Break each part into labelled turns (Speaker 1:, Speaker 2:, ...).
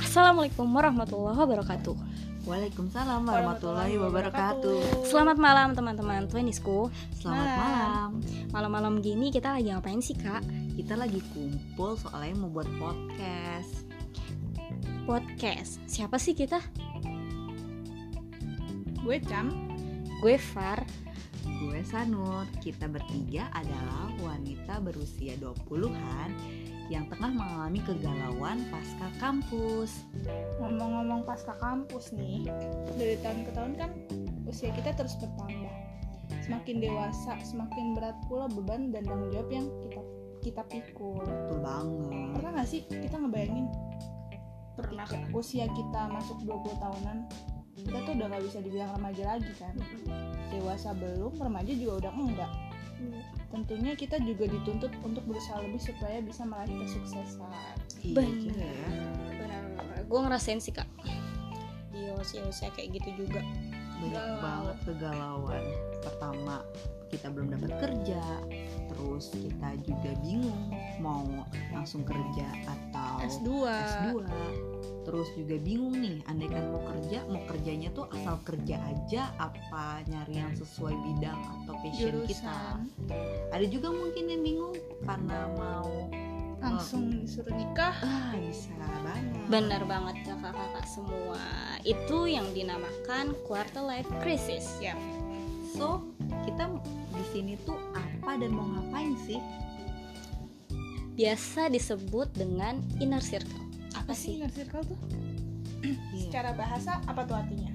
Speaker 1: Assalamualaikum warahmatullahi wabarakatuh.
Speaker 2: Waalaikumsalam warahmatullahi wabarakatuh. Nah.
Speaker 1: Selamat malam teman-teman Twenisku.
Speaker 2: Selamat malam.
Speaker 1: Malam-malam gini kita lagi ngapain sih kak?
Speaker 2: Kita lagi kumpul soalnya mau buat podcast.
Speaker 1: Podcast. Siapa sih kita?
Speaker 3: Gue Cam,
Speaker 1: Gue Far.
Speaker 2: Gue Sanur. Kita bertiga adalah wanita berusia 20-an yang tengah mengalami kegalauan pasca kampus.
Speaker 3: ngomong-ngomong pasca kampus nih, dari tahun ke tahun kan usia kita terus bertambah. Semakin dewasa, semakin berat pula beban dan tanggung jawab yang kita kita pikul.
Speaker 2: Betul banget.
Speaker 3: Pernah nggak sih kita ngebayangin ketika usia kita masuk 20 tahunan, kita tuh udah nggak bisa dibilang remaja lagi kan? Dewasa belum, remaja juga udah enggak.
Speaker 2: Iya.
Speaker 3: Tentunya kita juga dituntut untuk berusaha lebih supaya bisa meraih kesuksesan.
Speaker 2: Iya
Speaker 1: Bener.
Speaker 2: juga ya.
Speaker 1: Benar. Gue ngerasain sih kak. Iya Di usia-usia kayak gitu juga.
Speaker 2: Banyak
Speaker 3: Galau.
Speaker 2: banget kegalauan. Pertama, kita belum dapat kerja. Terus kita juga bingung mau langsung kerja atau S2 Eh, terus juga bingung nih andaikan mau kerja mau kerjanya tuh asal kerja aja apa nyari yang sesuai bidang atau passion kita
Speaker 3: jurusan
Speaker 2: ada juga mungkin yang bingung karena mau
Speaker 3: langsung disuruh nikah
Speaker 2: ah bisa banget
Speaker 1: Benar banget kakak-kakak semua. Itu yang dinamakan quarter life crisis.
Speaker 3: ya
Speaker 2: so kita di sini tuh apa dan mau ngapain sih
Speaker 1: Biasa disebut dengan inner circle. Apa sih?
Speaker 3: inner circle tuh
Speaker 2: Iya.
Speaker 3: secara bahasa apa tuh artinya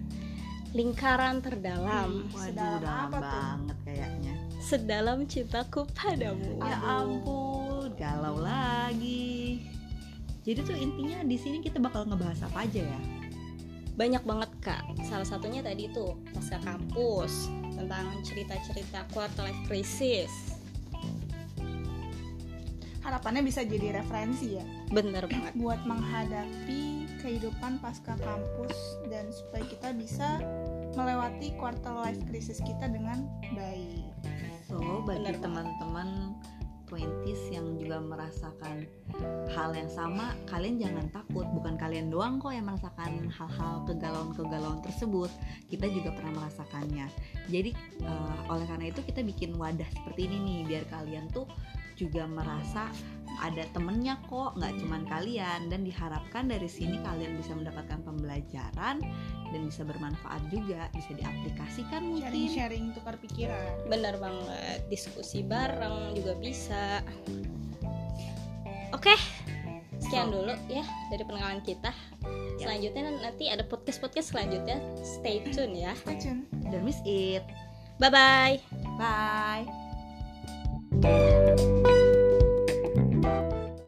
Speaker 1: Lingkaran terdalam
Speaker 2: waduh
Speaker 3: sedalam
Speaker 2: dalam
Speaker 3: apa tuh?
Speaker 2: banget kayaknya
Speaker 1: sedalam cintaku padamu.
Speaker 2: ya
Speaker 3: Aduh.
Speaker 2: ampun galau lagi jadi tuh intinya di sini kita bakal ngebahas apa aja ya
Speaker 1: banyak banget kak salah satunya tadi tuh pasca kampus tentang cerita-cerita quarter life crisis
Speaker 3: harapannya bisa jadi referensi ya
Speaker 1: bener banget
Speaker 3: buat menghadapi kehidupan pasca kampus dan supaya kita bisa melewati quarter life crisis kita dengan baik
Speaker 2: So, bagi
Speaker 1: Bener banget.
Speaker 2: teman-teman 20s yang juga merasakan hal yang sama, kalian jangan takut. Bukan kalian doang kok yang merasakan hal-hal kegalauan-kegalauan tersebut. Kita juga pernah merasakannya. Jadi, eh, oleh karena itu kita bikin wadah seperti ini nih biar kalian tuh juga merasa ada temennya kok, nggak cuman kalian. Dan diharapkan dari sini kalian bisa mendapatkan pembelajaran dan bisa bermanfaat juga, bisa diaplikasikan mungkin.
Speaker 3: sharing-sharing tukar pikiran
Speaker 1: bener banget diskusi bareng juga bisa oke sekian
Speaker 2: So.
Speaker 1: dulu ya dari pengenalan kita
Speaker 2: Ya.
Speaker 1: selanjutnya nanti ada podcast podcast selanjutnya stay tune ya
Speaker 3: stay tune
Speaker 2: Dan miss it.
Speaker 1: bye bye
Speaker 2: Bye.